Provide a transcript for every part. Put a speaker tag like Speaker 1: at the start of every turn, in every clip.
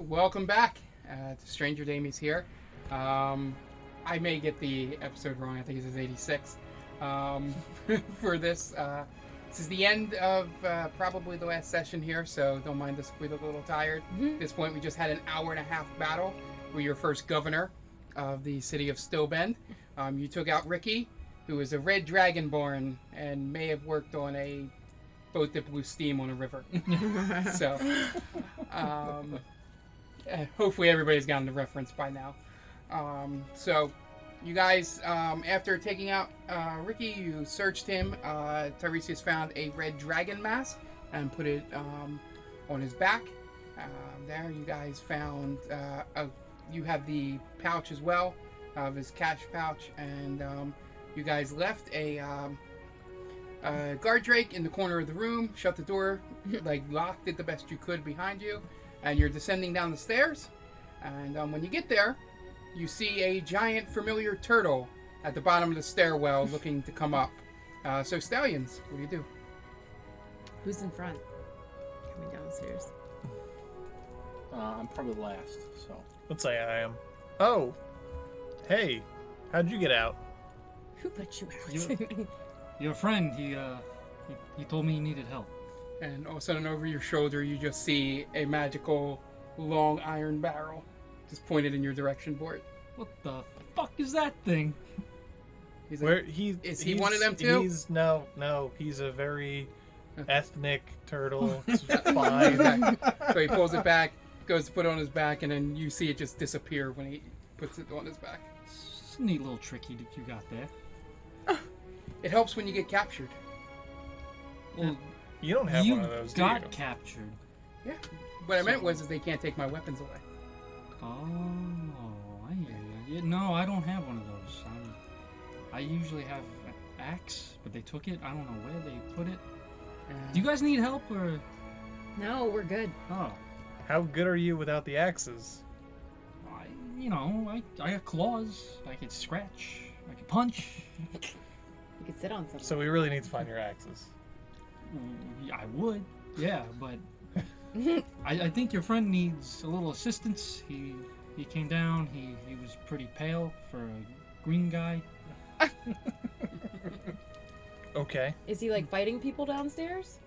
Speaker 1: welcome back uh, to Stranger Damies here. Um, I may get the episode wrong. I think it says 86 um, for this. Uh, this is the end of uh, probably the last session here, so don't mind us if we look a little tired. At this point, we just had an hour and a half battle with your first governor of the city of Stowbend. Um, you took out Ricky, who is a red dragonborn and may have worked on a boat that blew steam on a river. so, um, uh, hopefully everybody's gotten the reference by now. Um, so, you guys, um, after taking out uh, Ricky, you searched him. Uh, Tiresias found a red dragon mask and put it um, on his back. Um, there, you guys found uh, a, you have the pouch as well of his cash pouch, and um, you guys left a um, uh, guard drake in the corner of the room, shut the door, like locked it the best you could behind you, and you're descending down the stairs. And um, when you get there, you see a giant familiar turtle at the bottom of the stairwell looking to come up. Uh, so, stallions, what do you do?
Speaker 2: Who's in front? Coming downstairs.
Speaker 3: Uh, I'm probably last, so.
Speaker 4: Let's say I am. Oh, hey, how'd you get out?
Speaker 2: Who put you out?
Speaker 5: Your friend, he uh, he, he told me he needed help.
Speaker 1: And all of a sudden, over your shoulder, you just see a magical long iron barrel just pointed in your direction, Bort.
Speaker 5: What the fuck is that thing?
Speaker 1: He's like,
Speaker 4: Where he
Speaker 1: Is he
Speaker 4: he's-
Speaker 1: one of them too?
Speaker 4: He's no, no. He's a very ethnic turtle. It's
Speaker 1: Okay.
Speaker 4: fine.
Speaker 1: so he pulls it back, goes to put it on his back, and then you see it just disappear when he puts it on his back.
Speaker 5: It's a neat little trick you, you got there.
Speaker 1: It helps when you get captured.
Speaker 5: Well,
Speaker 4: You don't have
Speaker 5: you
Speaker 4: one of those, do
Speaker 5: got
Speaker 4: you?
Speaker 5: captured.
Speaker 1: What I meant was is they can't take my weapons away.
Speaker 5: Oh, I hear you. Yeah, No, I don't have one of those. i I usually have an axe, but they took it. I don't know where they put it.
Speaker 1: And
Speaker 5: Do you guys need help or?
Speaker 2: No, we're good.
Speaker 5: Oh,
Speaker 4: How good are you without the axes?
Speaker 5: I, you know, I, I got claws. I can scratch. I can punch.
Speaker 2: You could sit on something.
Speaker 4: So we really need to find your axes.
Speaker 5: Mm, I would. Yeah, but I, I think your friend needs a little assistance. He he came down. He he was pretty pale for a green guy.
Speaker 4: Okay.
Speaker 2: Is he like fighting people downstairs?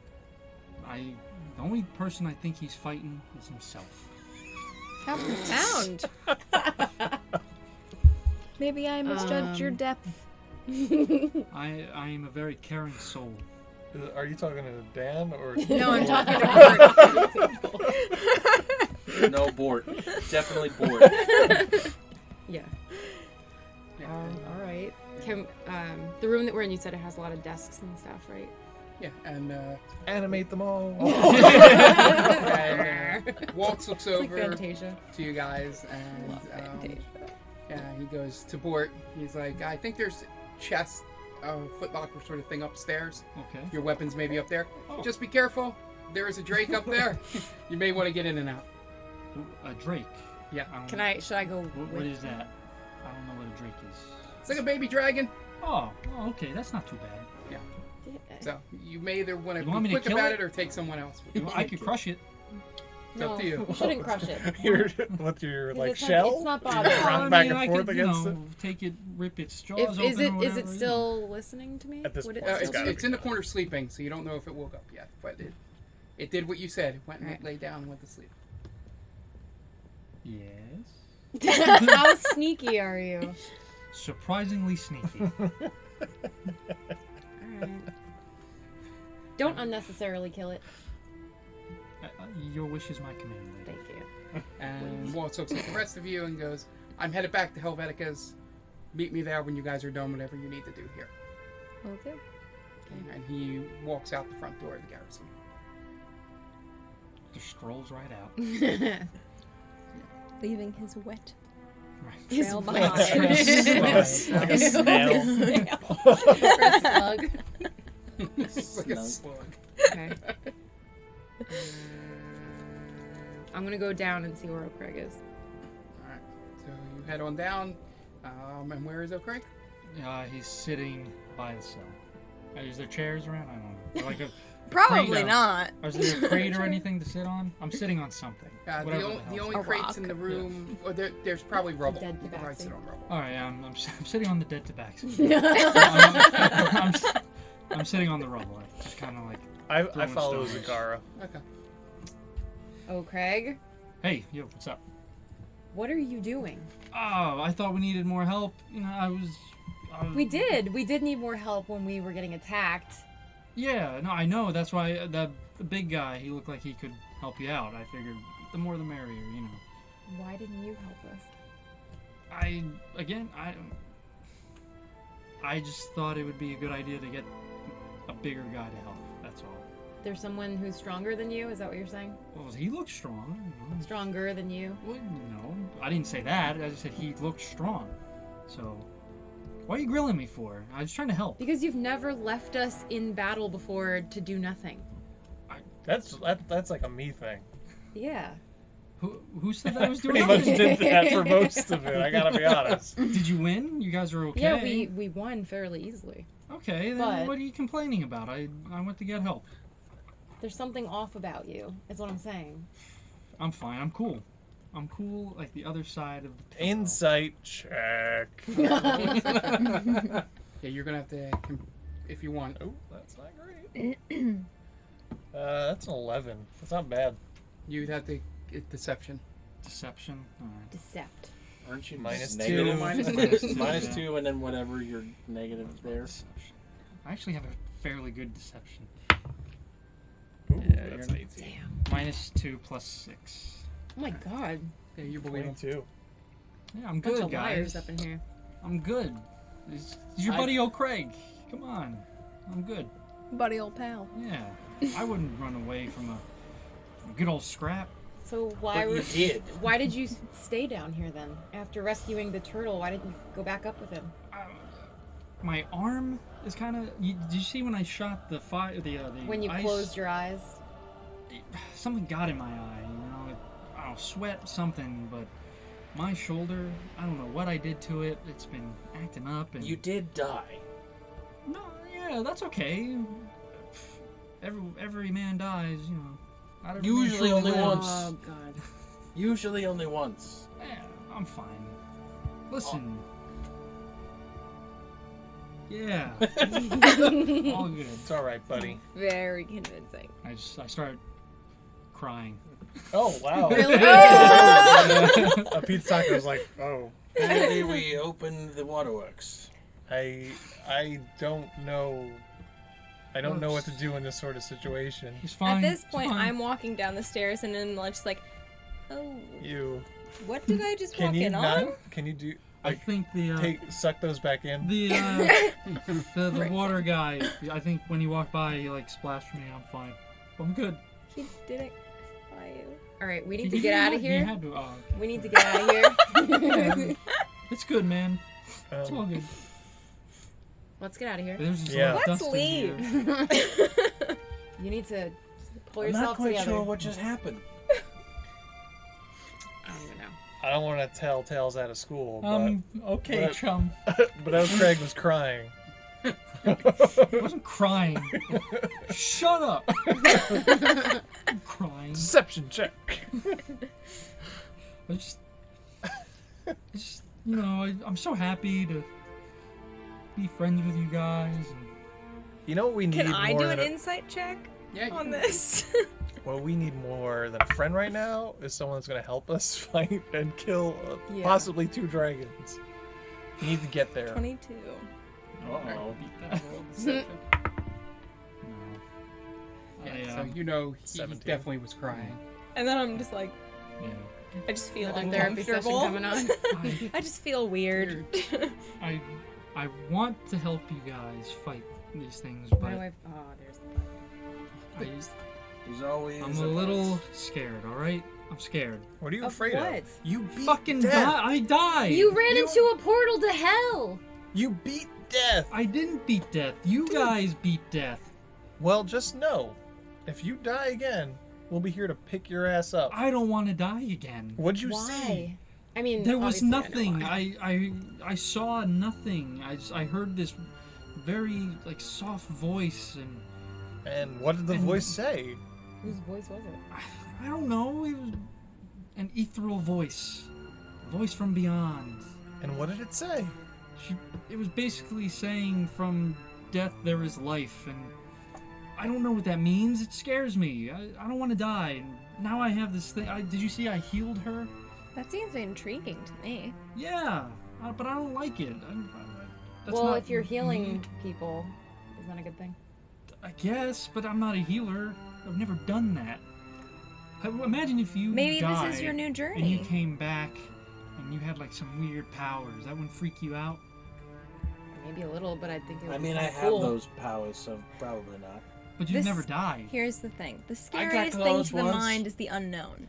Speaker 5: I the only person I think he's fighting is himself.
Speaker 6: How profound. Maybe I misjudged your
Speaker 2: Um,
Speaker 6: depth.
Speaker 5: I I am a very caring soul.
Speaker 4: Uh, Are you talking to Dan or?
Speaker 6: No, I'm talking to
Speaker 3: No, Bort. Definitely Bort.
Speaker 2: yeah.
Speaker 1: yeah,
Speaker 2: Um,
Speaker 5: Oh.
Speaker 2: all right. Can um, the room that we're in? You said it has a lot of desks and stuff, right?
Speaker 1: yeah, and uh,
Speaker 4: Animate them all.
Speaker 1: and, uh, Waltz looks
Speaker 2: It's like
Speaker 1: over
Speaker 2: Fantasia.
Speaker 1: to you guys, and
Speaker 2: Love
Speaker 1: um,
Speaker 2: Fantasia.
Speaker 1: yeah, he goes to Bort. He's like, I think there's chest, uh, footlocker sort of thing upstairs.
Speaker 5: Okay.
Speaker 1: Your weapons may be up there.
Speaker 5: Oh.
Speaker 1: Just be careful. There is a Drake up there. you may want to get in and out.
Speaker 5: A drake.
Speaker 1: Yeah.
Speaker 5: don't-
Speaker 6: Can I? Should I go?
Speaker 5: What, what
Speaker 6: with-
Speaker 5: is that? I don't know what a drake is.
Speaker 1: It's like a baby dragon.
Speaker 5: Oh, oh, okay. That's not too bad.
Speaker 1: So you may either want to
Speaker 5: You
Speaker 1: be
Speaker 5: want me to
Speaker 1: quick
Speaker 5: kill
Speaker 1: about
Speaker 5: it?
Speaker 1: it? or take someone else.
Speaker 5: You know, I could crush it.
Speaker 1: It's up to you.
Speaker 2: we shouldn't crush it. 'Cause
Speaker 4: Your, with your like
Speaker 2: it's
Speaker 4: shell.
Speaker 2: Not, it's not
Speaker 4: Yeah.
Speaker 2: bothering.
Speaker 4: Round
Speaker 5: I
Speaker 4: back
Speaker 5: mean,
Speaker 4: and
Speaker 5: I
Speaker 4: forth
Speaker 5: could, you
Speaker 4: against
Speaker 5: know, Take it, rip its straws
Speaker 2: If,
Speaker 5: open
Speaker 2: is it
Speaker 5: or
Speaker 2: is
Speaker 5: whatever.
Speaker 2: it still listening to me?
Speaker 4: At this
Speaker 2: Would it
Speaker 4: point,
Speaker 1: Uh,
Speaker 2: still
Speaker 1: it's
Speaker 2: be-
Speaker 4: gotta
Speaker 1: it's in the corner sleeping, so you don't know if it woke up yet, but it it did what you said. It went and
Speaker 2: Alright.
Speaker 1: lay down and went to sleep.
Speaker 5: Yes.
Speaker 2: How sneaky are you?
Speaker 5: Surprisingly sneaky. Uh,
Speaker 2: Alright. Don't unnecessarily kill it.
Speaker 5: Uh, uh, Your wish is my command. lady.
Speaker 2: Thank you.
Speaker 1: And Waltz looks at the rest of you and goes, I'm headed back to Helvetica's. Meet me there when you guys are done whatever you need to do here.
Speaker 6: Okay.
Speaker 1: And he walks out the front door of the garrison.
Speaker 5: Just strolls right out.
Speaker 6: Leaving his wet
Speaker 5: Right.
Speaker 2: His
Speaker 6: Trail
Speaker 2: wife.
Speaker 6: behind.
Speaker 4: Trail. Like a snail.
Speaker 2: Slug.
Speaker 1: It's like a
Speaker 3: Slug.
Speaker 1: slug.
Speaker 2: Okay. I'm gonna go down and see where O'Craig is.
Speaker 1: Alright. So you head on down. Um, and where is O'Crake?
Speaker 5: Uh, he's sitting by himself. Uh, is there chairs around? I don't know. Like a, Crate
Speaker 7: Probably
Speaker 5: out.
Speaker 7: not.
Speaker 5: Or is there a crate or
Speaker 6: Sure.
Speaker 5: anything to sit on? I'm sitting on something.
Speaker 1: Uh, the,
Speaker 5: Whatever
Speaker 1: only
Speaker 5: hell
Speaker 1: the
Speaker 5: it's
Speaker 1: only
Speaker 6: A
Speaker 1: crates in
Speaker 6: rock.
Speaker 1: the room, well, there, there's probably rubble.
Speaker 6: dead
Speaker 1: You could probably
Speaker 6: tabaxi.
Speaker 1: sit on rubble.
Speaker 5: All right, I'm, I'm, si am sitting on the dead tobacco. I'm,
Speaker 6: Wait,
Speaker 5: I'm, si am sitting on the rubble. I'm just kind of like,
Speaker 4: I, I
Speaker 5: Throwing
Speaker 4: follow
Speaker 5: stones.
Speaker 4: Zakara.
Speaker 1: Okay.
Speaker 7: Oh, Craig.
Speaker 5: hey, yo, what's up?
Speaker 6: what are you doing?
Speaker 5: Oh, I thought we needed more help. You know, I was. I was
Speaker 6: We did. We did need more help when we were getting attacked.
Speaker 5: Yeah, no, I know. That's why uh, that the big guy, he looked like he could help you out. I figured the more the merrier, you know.
Speaker 6: Why didn't you help us?
Speaker 5: I again, I I just thought it would be a good idea to get a bigger guy to help. That's all.
Speaker 6: There's someone who's stronger than you. Is that what you're saying?
Speaker 5: Well, he looked strong. you
Speaker 6: Mm.
Speaker 5: know.
Speaker 6: Stronger than you.
Speaker 5: Well, no, I didn't say that. I just said he looked strong. So, why are you grilling me for? I was trying to help.
Speaker 6: Because you've never left us in battle before to do nothing.
Speaker 4: That's that, that's like a me thing.
Speaker 6: Yeah.
Speaker 5: Who who said that I
Speaker 4: I
Speaker 5: was
Speaker 4: pretty
Speaker 5: doing
Speaker 4: much
Speaker 5: nothing?
Speaker 4: did that for most of it. I gotta be honest.
Speaker 5: Did you win? You guys are okay.
Speaker 6: Yeah, we, we won fairly easily.
Speaker 5: Okay, then
Speaker 6: But-
Speaker 5: what are you complaining about? I I went to get help.
Speaker 6: There's something off about you, is what I'm saying.
Speaker 5: I'm fine. I'm cool. I'm cool, like the other side of the pillow.
Speaker 4: Insight check.
Speaker 1: Yeah, you're gonna have to, com- if you want.
Speaker 4: Oh, that's not great. Uh, that's an eleven. That's not bad.
Speaker 1: You'd have to get deception.
Speaker 5: deception. All right.
Speaker 6: Decept.
Speaker 3: Aren't you
Speaker 4: Minus
Speaker 3: just
Speaker 4: two.
Speaker 3: negative?
Speaker 1: Minus
Speaker 3: minus
Speaker 1: two.
Speaker 3: two, minus two, and then whatever your negative there.
Speaker 5: Deception. I actually have a fairly good deception. Yeah,
Speaker 4: Ooh, that's
Speaker 5: you're-
Speaker 4: an eighteen.
Speaker 6: Damn.
Speaker 5: Minus two plus six.
Speaker 6: Oh my god.
Speaker 1: Yeah, you believe him.
Speaker 4: Twenty-two.
Speaker 5: Yeah, I'm
Speaker 6: Bunch
Speaker 5: good,
Speaker 6: of
Speaker 5: guys.
Speaker 6: liars up in here.
Speaker 5: I'm good. It's, it's your
Speaker 3: I-
Speaker 5: buddy O'Craig. Come on, I'm good.
Speaker 7: Buddy old pal.
Speaker 5: Yeah, I wouldn't run away from a good old scrap.
Speaker 6: So why
Speaker 3: But
Speaker 6: were
Speaker 3: you did.
Speaker 6: why did you s- stay down here then? After rescuing the turtle, why didn't you go back up with him?
Speaker 5: I- Uh, my arm is kind of. You, did you see when I shot the fire? The uh, the
Speaker 6: When you
Speaker 5: ice?
Speaker 6: closed your eyes?
Speaker 5: something got in my eye, you know. It, I don't know, sweat, something, but my shoulder, I don't know what I did to it. It's been acting up and
Speaker 3: You did die.
Speaker 5: No, yeah, that's okay. Every every man dies, you know. Not every man
Speaker 3: Usually
Speaker 5: truly
Speaker 3: only
Speaker 5: lives.
Speaker 3: once.
Speaker 6: Oh god.
Speaker 3: Usually only once.
Speaker 5: Yeah, I'm fine. Listen. Yeah, all good.
Speaker 4: It's all right, buddy.
Speaker 7: Very convincing.
Speaker 5: I just I start crying.
Speaker 4: Oh wow. A pizza taco was like, oh,
Speaker 3: Apparently we opened the waterworks.
Speaker 4: I I don't know. I don't know what to
Speaker 5: Oops.
Speaker 4: do in this sort of situation.
Speaker 5: He's
Speaker 7: At
Speaker 5: fine.
Speaker 7: this
Speaker 5: it's
Speaker 7: point,
Speaker 5: fine.
Speaker 7: I'm walking down the stairs and then I'm just like, oh,
Speaker 4: You
Speaker 7: what did I just
Speaker 4: can
Speaker 7: walk
Speaker 4: you
Speaker 7: in
Speaker 4: not?
Speaker 7: on?
Speaker 4: Can you do
Speaker 5: I
Speaker 4: like
Speaker 5: think the uh,
Speaker 4: take suck those back in?
Speaker 5: The uh, the, the water guy. I think when he walked by, he like splashed me. I'm fine. I'm good.
Speaker 7: He didn't buy you.
Speaker 6: Alright, we
Speaker 5: He-
Speaker 6: need to
Speaker 5: he
Speaker 6: get out
Speaker 5: had-
Speaker 6: of
Speaker 5: He
Speaker 6: here.
Speaker 5: had to. Oh,
Speaker 6: We need to get out of here.
Speaker 5: it's good, man. It's all
Speaker 4: Um,
Speaker 5: good.
Speaker 6: Let's get out of here.
Speaker 5: There's just
Speaker 4: Yeah.
Speaker 5: a lot of
Speaker 7: Let's
Speaker 5: dust in here.
Speaker 7: leave.
Speaker 6: You need to pull
Speaker 3: I'm not
Speaker 6: yourself
Speaker 3: quite
Speaker 6: together.
Speaker 3: sure what just happened.
Speaker 6: I don't even know.
Speaker 4: I don't want to tell tales out of school, but
Speaker 5: Um. Okay,
Speaker 4: but-
Speaker 5: chum.
Speaker 4: but old Craig was crying.
Speaker 5: I wasn't crying. Shut up. I'm crying.
Speaker 4: Deception check.
Speaker 5: I just, I just, you know, I, I'm so happy to be friends with you guys. And
Speaker 4: You know what we need
Speaker 7: Can I
Speaker 4: more
Speaker 7: do an
Speaker 4: than a-
Speaker 7: insight check
Speaker 1: Yeah, you
Speaker 7: on
Speaker 1: can-
Speaker 7: this?
Speaker 4: what we need more than a friend right now is someone that's going to help us fight and kill uh,
Speaker 6: Yeah.
Speaker 4: possibly two dragons. We need to get there.
Speaker 7: 22.
Speaker 3: Uh-oh.
Speaker 5: beat that.
Speaker 1: Deception.
Speaker 5: No. I,
Speaker 1: Yeah, so
Speaker 5: um,
Speaker 1: you know he, he
Speaker 4: 17.
Speaker 1: definitely was crying.
Speaker 7: And then I'm just like,
Speaker 5: yeah.
Speaker 7: I just feel
Speaker 6: Another therapy session
Speaker 7: uncomfortable.
Speaker 6: coming on.
Speaker 5: I-
Speaker 7: I just feel weird.
Speaker 5: I I want to help you guys fight these things,
Speaker 6: Why do
Speaker 5: but
Speaker 6: I? Oh, there's.
Speaker 5: I,
Speaker 3: There's always
Speaker 5: I'm a little scared. All right, I'm scared.
Speaker 4: What are you
Speaker 6: Of
Speaker 4: afraid
Speaker 6: what?
Speaker 4: of? You beat
Speaker 5: Fucking
Speaker 4: death.
Speaker 5: die! I died.
Speaker 6: You ran into a portal to hell.
Speaker 4: You beat death.
Speaker 5: I didn't beat death. You guys beat death.
Speaker 4: Well, just know, if you die again, we'll be here to pick your ass up.
Speaker 5: I don't want to die again.
Speaker 4: What'd you see?
Speaker 6: Why? I mean,
Speaker 5: There was
Speaker 6: obviously I know
Speaker 5: nothing.
Speaker 6: why.
Speaker 5: I, I I saw nothing. I s- I heard this very like soft voice and
Speaker 4: And what did the
Speaker 5: And-
Speaker 4: voice say?
Speaker 6: Whose voice was it?
Speaker 5: I, I don't know. It was an ethereal voice, a voice from beyond.
Speaker 4: And what did it say?
Speaker 5: She, it was basically saying, "From death there is life," and I don't know what that means. It scares me. I, I don't want to die. And now I have this thing. I, did you see? I healed her.
Speaker 7: That seems intriguing to me.
Speaker 5: Yeah, uh, but I don't like it. I, I, that's
Speaker 6: well,
Speaker 5: not
Speaker 6: if you're healing
Speaker 5: me,
Speaker 6: people, isn't that a good thing?
Speaker 5: I guess. But I'm not a healer. I've never done that. I- Imagine if you
Speaker 7: Maybe this is
Speaker 5: died
Speaker 7: your new
Speaker 5: and you
Speaker 7: journey.
Speaker 5: came back and you had like some weird powers. That wouldn't freak you out.
Speaker 6: Maybe a little, but I think it would
Speaker 3: I
Speaker 6: be
Speaker 3: mean, I
Speaker 6: kinda
Speaker 3: have
Speaker 6: cool.
Speaker 3: those powers, so probably not.
Speaker 5: But you'd
Speaker 7: This-
Speaker 5: never die.
Speaker 7: Here's the thing: the
Speaker 3: I got
Speaker 7: scariest thing
Speaker 3: close
Speaker 7: to the
Speaker 3: once.
Speaker 7: mind is the unknown.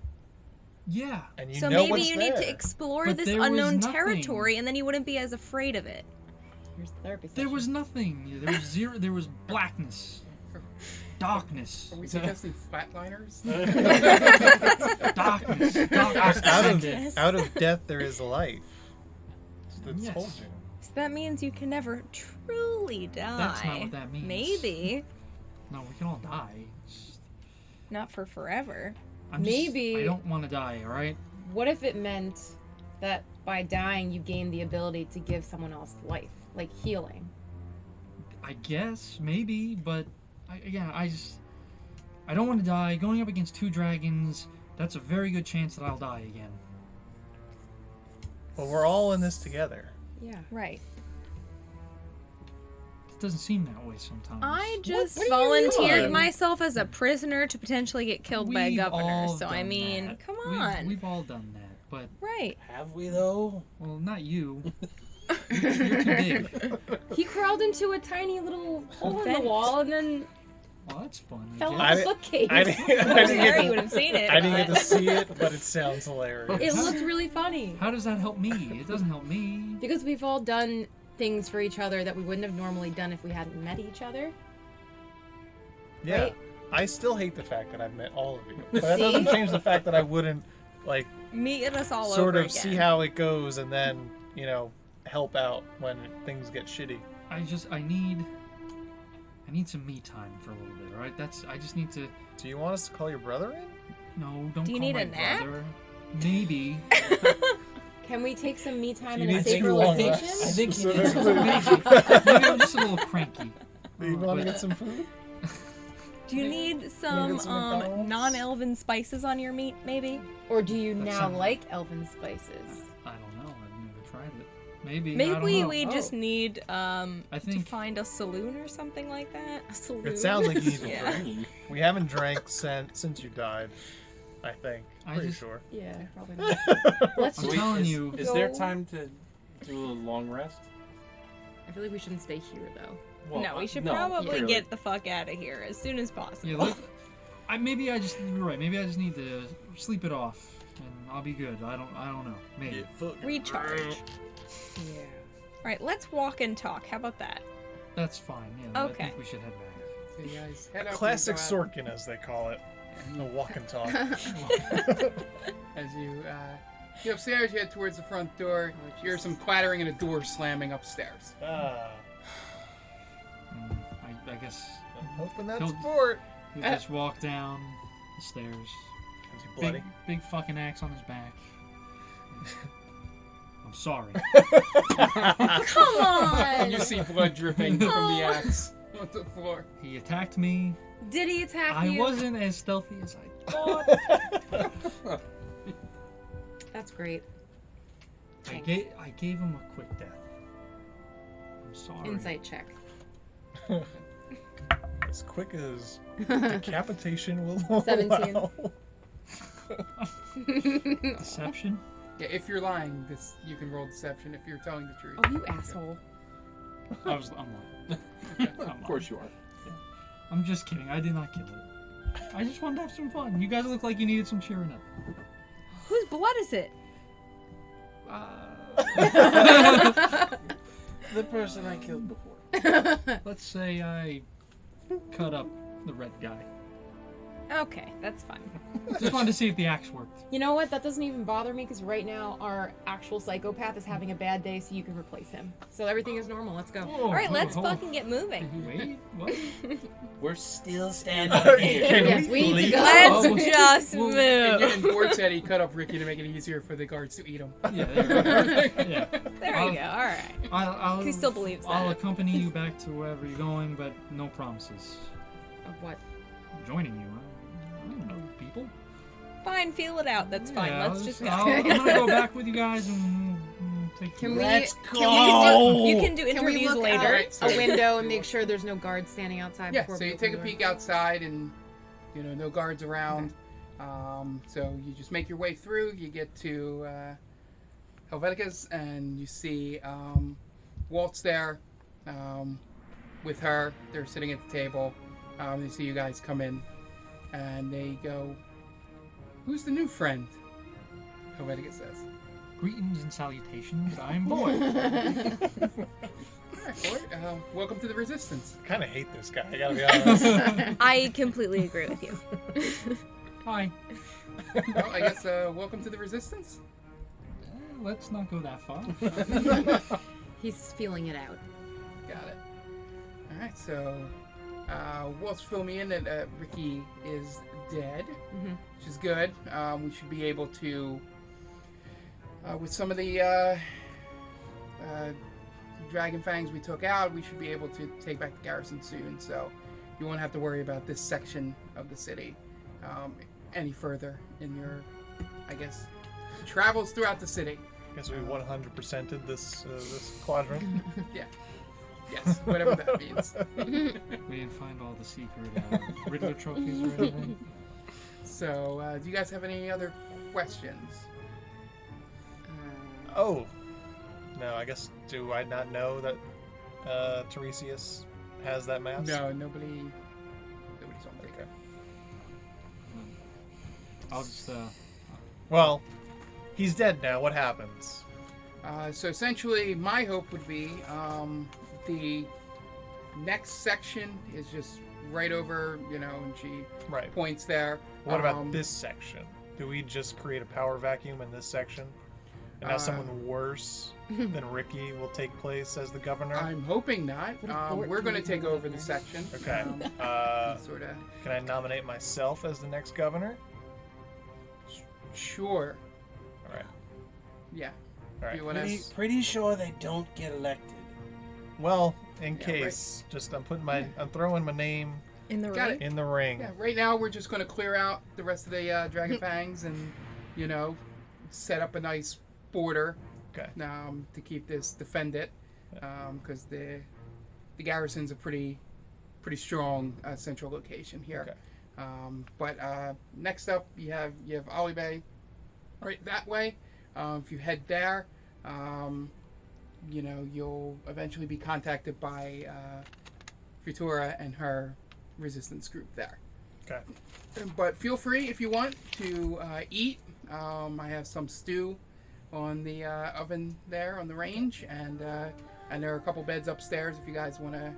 Speaker 5: Yeah.
Speaker 4: And you
Speaker 7: so
Speaker 4: know
Speaker 7: maybe
Speaker 4: what's
Speaker 7: you
Speaker 4: there.
Speaker 7: need to explore
Speaker 5: But
Speaker 7: this
Speaker 5: there was
Speaker 7: unknown
Speaker 5: nothing.
Speaker 7: territory, and then you wouldn't be as afraid of it.
Speaker 6: Here's the therapy
Speaker 5: There
Speaker 6: session.
Speaker 5: was nothing. There was zero. There was blackness, darkness,
Speaker 1: Are we suggesting flatliners?
Speaker 5: darkness, darkness.
Speaker 4: out, out
Speaker 5: descended.
Speaker 4: of, out of death there is life. It's the
Speaker 5: Yes.
Speaker 4: told you.
Speaker 7: So that means you can never truly die.
Speaker 5: That's not what that means.
Speaker 7: Maybe
Speaker 5: No, we can all die. It's-
Speaker 7: not for forever.
Speaker 5: I'm just-
Speaker 6: Maybe-
Speaker 5: I don't want to die. All right.
Speaker 6: What if it meant that by dying you gain the ability to give someone else life, like healing?
Speaker 5: I guess maybe, but I, again, I just I don't want to die. Going up against two dragons, that's a very good chance that I'll die again.
Speaker 4: But we're all in this together.
Speaker 6: Yeah.
Speaker 7: Right.
Speaker 5: It doesn't seem that way sometimes.
Speaker 7: I just
Speaker 6: what are you
Speaker 7: volunteered
Speaker 6: doing?
Speaker 7: myself as a prisoner to potentially get killed by a
Speaker 5: We've
Speaker 7: governor.
Speaker 5: all
Speaker 7: So I
Speaker 5: done
Speaker 7: mean,
Speaker 5: that.
Speaker 7: come
Speaker 5: We've-
Speaker 7: on.
Speaker 5: We've, all done that, but
Speaker 7: Right.
Speaker 3: Have we though?
Speaker 5: well, not you. You're too big.
Speaker 6: He crawled into a tiny little hole in the
Speaker 7: Vent.
Speaker 6: wall and then
Speaker 5: Well, that's fun. I
Speaker 6: fell
Speaker 5: guess.
Speaker 6: in
Speaker 4: I
Speaker 6: the
Speaker 4: di-
Speaker 6: bookcase.
Speaker 4: I didn't, I didn't
Speaker 7: Sorry, you
Speaker 4: get
Speaker 7: would
Speaker 4: to,
Speaker 7: have seen it.
Speaker 4: I didn't get to
Speaker 7: but-
Speaker 4: see it, but it sounds hilarious.
Speaker 6: It looked really funny
Speaker 5: How does that help me? It doesn't help me.
Speaker 6: because we've all done things for each other that we wouldn't have normally done if we hadn't met each other.
Speaker 4: yeah.
Speaker 6: right?
Speaker 4: I still hate the fact that I've met all of you. But that
Speaker 6: See?
Speaker 4: doesn't change the fact that I wouldn't like
Speaker 7: Meet us all
Speaker 4: sort
Speaker 7: over
Speaker 4: of
Speaker 7: again.
Speaker 4: see how it goes and then, you know, help out when things get shitty.
Speaker 5: I just I need I need some me time for a little bit, alright? That's I just need to
Speaker 4: Do you want us to call your brother in?
Speaker 5: no, don't
Speaker 7: Do you
Speaker 5: call
Speaker 7: need
Speaker 5: my
Speaker 7: a nap?
Speaker 5: brother. Maybe.
Speaker 6: Can we take some me time
Speaker 4: You
Speaker 6: in a
Speaker 4: need
Speaker 6: safer
Speaker 4: two long
Speaker 6: location?
Speaker 3: I
Speaker 4: rests.
Speaker 3: think
Speaker 4: So
Speaker 3: you need
Speaker 4: there's-
Speaker 5: Maybe I'm just a little cranky.
Speaker 4: Do you
Speaker 5: Uh,
Speaker 4: want to
Speaker 5: but-
Speaker 4: get some food?
Speaker 7: Do you need some
Speaker 4: some
Speaker 7: um,
Speaker 4: McDonald's?
Speaker 7: non-elven spices on your meat, maybe?
Speaker 6: Or do you
Speaker 5: That
Speaker 6: now
Speaker 5: sounds-
Speaker 6: like elven spices?
Speaker 5: I don't know. I've never tried it. Maybe. I
Speaker 7: Maybe
Speaker 5: don't
Speaker 7: we,
Speaker 5: know.
Speaker 7: we just
Speaker 6: Oh.
Speaker 7: need um,
Speaker 5: I
Speaker 7: to
Speaker 5: think
Speaker 7: find a saloon or something like that. A saloon.
Speaker 4: It sounds like you need to
Speaker 7: yeah.
Speaker 4: drink. We haven't drank since since you died, I think.
Speaker 5: I
Speaker 4: Pretty
Speaker 5: just-
Speaker 4: sure.
Speaker 6: Yeah, probably not. Let's
Speaker 5: I'm
Speaker 6: just.
Speaker 5: telling
Speaker 3: is,
Speaker 5: you.
Speaker 3: Is there
Speaker 6: Go.
Speaker 3: time to do a long rest?
Speaker 6: I feel like we shouldn't stay here though.
Speaker 3: Well,
Speaker 7: no, we should
Speaker 3: no,
Speaker 7: probably
Speaker 3: clearly.
Speaker 7: get the fuck out of here as soon as possible.
Speaker 5: Yeah, let, I maybe I just you're right. Maybe I just need to sleep it off and I'll be good. I don't I don't know. Maybe.
Speaker 7: Recharge.
Speaker 6: Yeah.
Speaker 7: All right, let's walk and talk. How about that?
Speaker 5: That's fine. Yeah. I
Speaker 7: Okay.
Speaker 5: think we should head back.
Speaker 1: So you guys head up and
Speaker 4: Classic
Speaker 1: go out.
Speaker 4: Sorkin, as they call it. The walk and talk.
Speaker 1: as you uh, you upstairs, you head towards the front door. You hear some clattering and a door slamming upstairs.
Speaker 4: ah,
Speaker 5: Mm, I, I guess
Speaker 4: I'm hoping that's
Speaker 5: Don't-
Speaker 4: Bort.
Speaker 5: we
Speaker 1: Uh.
Speaker 5: just walk down the stairs.
Speaker 4: Is he
Speaker 5: Big,
Speaker 4: bloody?
Speaker 5: big fucking axe on his back. I'm sorry.
Speaker 7: Come on!
Speaker 1: You see blood dripping from the
Speaker 7: Oh.
Speaker 1: axe on the floor.
Speaker 5: He attacked me.
Speaker 6: Did he attack
Speaker 5: I
Speaker 6: you?
Speaker 5: wasn't as stealthy as I
Speaker 6: That's great.
Speaker 5: I
Speaker 6: Thanks.
Speaker 5: gave, I gave him a quick death. I'm sorry.
Speaker 6: Insight check.
Speaker 4: as quick as
Speaker 6: Oh,
Speaker 4: decapitation will
Speaker 6: 17.
Speaker 4: allow.
Speaker 5: Deception?
Speaker 1: Yeah, if you're lying, this you can roll deception. If you're telling the truth,
Speaker 6: Oh, you asshole.
Speaker 5: I was, I'm lying.
Speaker 3: Of course you are.
Speaker 5: I'm just kidding. I did not kill it. I just wanted to have some fun. You guys look like you needed some cheering up.
Speaker 7: Whose blood is it?
Speaker 6: Uh,
Speaker 3: The person I killed before.
Speaker 5: Let's say I cut up the red guy.
Speaker 7: Okay, that's fine.
Speaker 5: Oh, Just wanted to see if the axe worked.
Speaker 6: You know what? That doesn't even bother me because right now our actual psychopath is having a bad day, so you can replace him. So everything is normal. Let's go.
Speaker 5: All
Speaker 7: All right, let's fucking get moving.
Speaker 5: Wait, what?
Speaker 3: We're still standing here.
Speaker 6: Yes, we need to go.
Speaker 7: Let's
Speaker 5: Oh, wait.
Speaker 7: just
Speaker 5: Well,
Speaker 1: And,
Speaker 7: move.
Speaker 1: and Ford said he cut up Ricky to make it easier for the guards to eat him.
Speaker 5: Yeah, there you go. yeah.
Speaker 7: There
Speaker 5: I'll-
Speaker 7: you go. All right.
Speaker 5: I'll, I'll,
Speaker 7: He still believes that.
Speaker 5: I'll accompany you back to wherever you're going, but no promises.
Speaker 6: Of what?
Speaker 5: I'm joining you. I, I don't know people.
Speaker 7: Fine, feel it out. That's fine.
Speaker 5: Yeah,
Speaker 7: Let's just
Speaker 5: I'll,
Speaker 7: go.
Speaker 5: I'm gonna go back with you guys and mm, take.
Speaker 6: Can we-
Speaker 3: Let's
Speaker 6: can
Speaker 3: go.
Speaker 6: we
Speaker 5: Oh.
Speaker 7: You can do
Speaker 6: Can we
Speaker 7: interviews
Speaker 6: look
Speaker 7: later.
Speaker 1: Alright, so-
Speaker 6: out a window and make sure there's no guards standing outside?
Speaker 1: Yeah,
Speaker 6: before
Speaker 1: so you
Speaker 6: we
Speaker 1: take a
Speaker 6: open the
Speaker 1: peek outside and, you know, no guards around. Um, so you just make your way through. You get to uh, Helvetica's and you see um, Walt's there um, with her. They're sitting at the table. Um, they see you guys come in and they go, Who's the new friend? Helvetica says.
Speaker 5: Greetings and salutations. I'm boy.
Speaker 1: All right, Ford, uh, welcome to the Resistance.
Speaker 4: kind of hate this guy. I gotta be honest.
Speaker 7: I completely agree with you.
Speaker 5: Hi.
Speaker 1: well, I guess uh, welcome to the Resistance.
Speaker 5: Eh, Let's not go that far.
Speaker 6: door. He's feeling it out.
Speaker 1: Got it. All right, so uh, Walt's filling me in that uh, Ricky is dead,
Speaker 6: Mhm.
Speaker 1: which is good. Um, we should be able to, uh, with some of the uh, uh, dragon fangs we took out, we should be able to take back the garrison soon. So you won't have to worry about this section of the city um, any further in your, I guess, travels throughout the city.
Speaker 4: Because we 100%ed this uh, this quadrant.
Speaker 1: Yes, whatever that means.
Speaker 5: We didn't find all the secret uh, Riddler trophies or anything.
Speaker 1: So, uh, do you guys have any other questions?
Speaker 4: Oh, no. I guess do I not know that uh, Tiresias has that mask?
Speaker 1: No, nobody. Nobody's on there.
Speaker 5: I'll just. Uh,
Speaker 4: Well, he's dead now. What happens?
Speaker 1: Uh, so essentially, my hope would be um, the next section is just right over, you know, and she
Speaker 4: Right.
Speaker 1: points there.
Speaker 4: What about
Speaker 1: Um,
Speaker 4: this section? Do we just create a power vacuum in this section? And now
Speaker 1: Uh,
Speaker 4: someone worse than Ricky will take place as the governor?
Speaker 1: I'm hoping not.
Speaker 6: What if
Speaker 1: Um,
Speaker 6: Bort
Speaker 1: we're going to
Speaker 6: can
Speaker 1: take
Speaker 6: go in
Speaker 1: over the
Speaker 6: there?
Speaker 1: section. Um,
Speaker 4: Okay. Uh,
Speaker 1: Sort of.
Speaker 4: can I nominate myself as the next governor?
Speaker 1: Sure.
Speaker 4: All right.
Speaker 1: Yeah.
Speaker 4: All right.
Speaker 1: You want
Speaker 3: Pretty,
Speaker 1: us?
Speaker 3: pretty sure they don't get elected.
Speaker 4: Well, in
Speaker 1: Yeah, right.
Speaker 4: case, just I'm putting my, I'm throwing my name
Speaker 7: In the
Speaker 1: Got
Speaker 7: ring.
Speaker 1: it.
Speaker 4: in the ring.
Speaker 1: Yeah. Right now, we're just going to clear out the rest of the uh, dragon fangs and, you know, set up a nice border.
Speaker 4: Okay.
Speaker 1: um, to keep this defend it because the the garrison's a pretty pretty strong uh, central location here. Um, but uh, next up, you have you have Ollie Bay, right that way. Um, if you head there, um, you know you'll eventually be contacted by uh, Futura and her resistance group there.
Speaker 4: Okay.
Speaker 1: But feel free if you want to uh, eat. Um, I have some stew on the uh, oven there on the range, and uh, and there are a couple beds upstairs if you guys want to.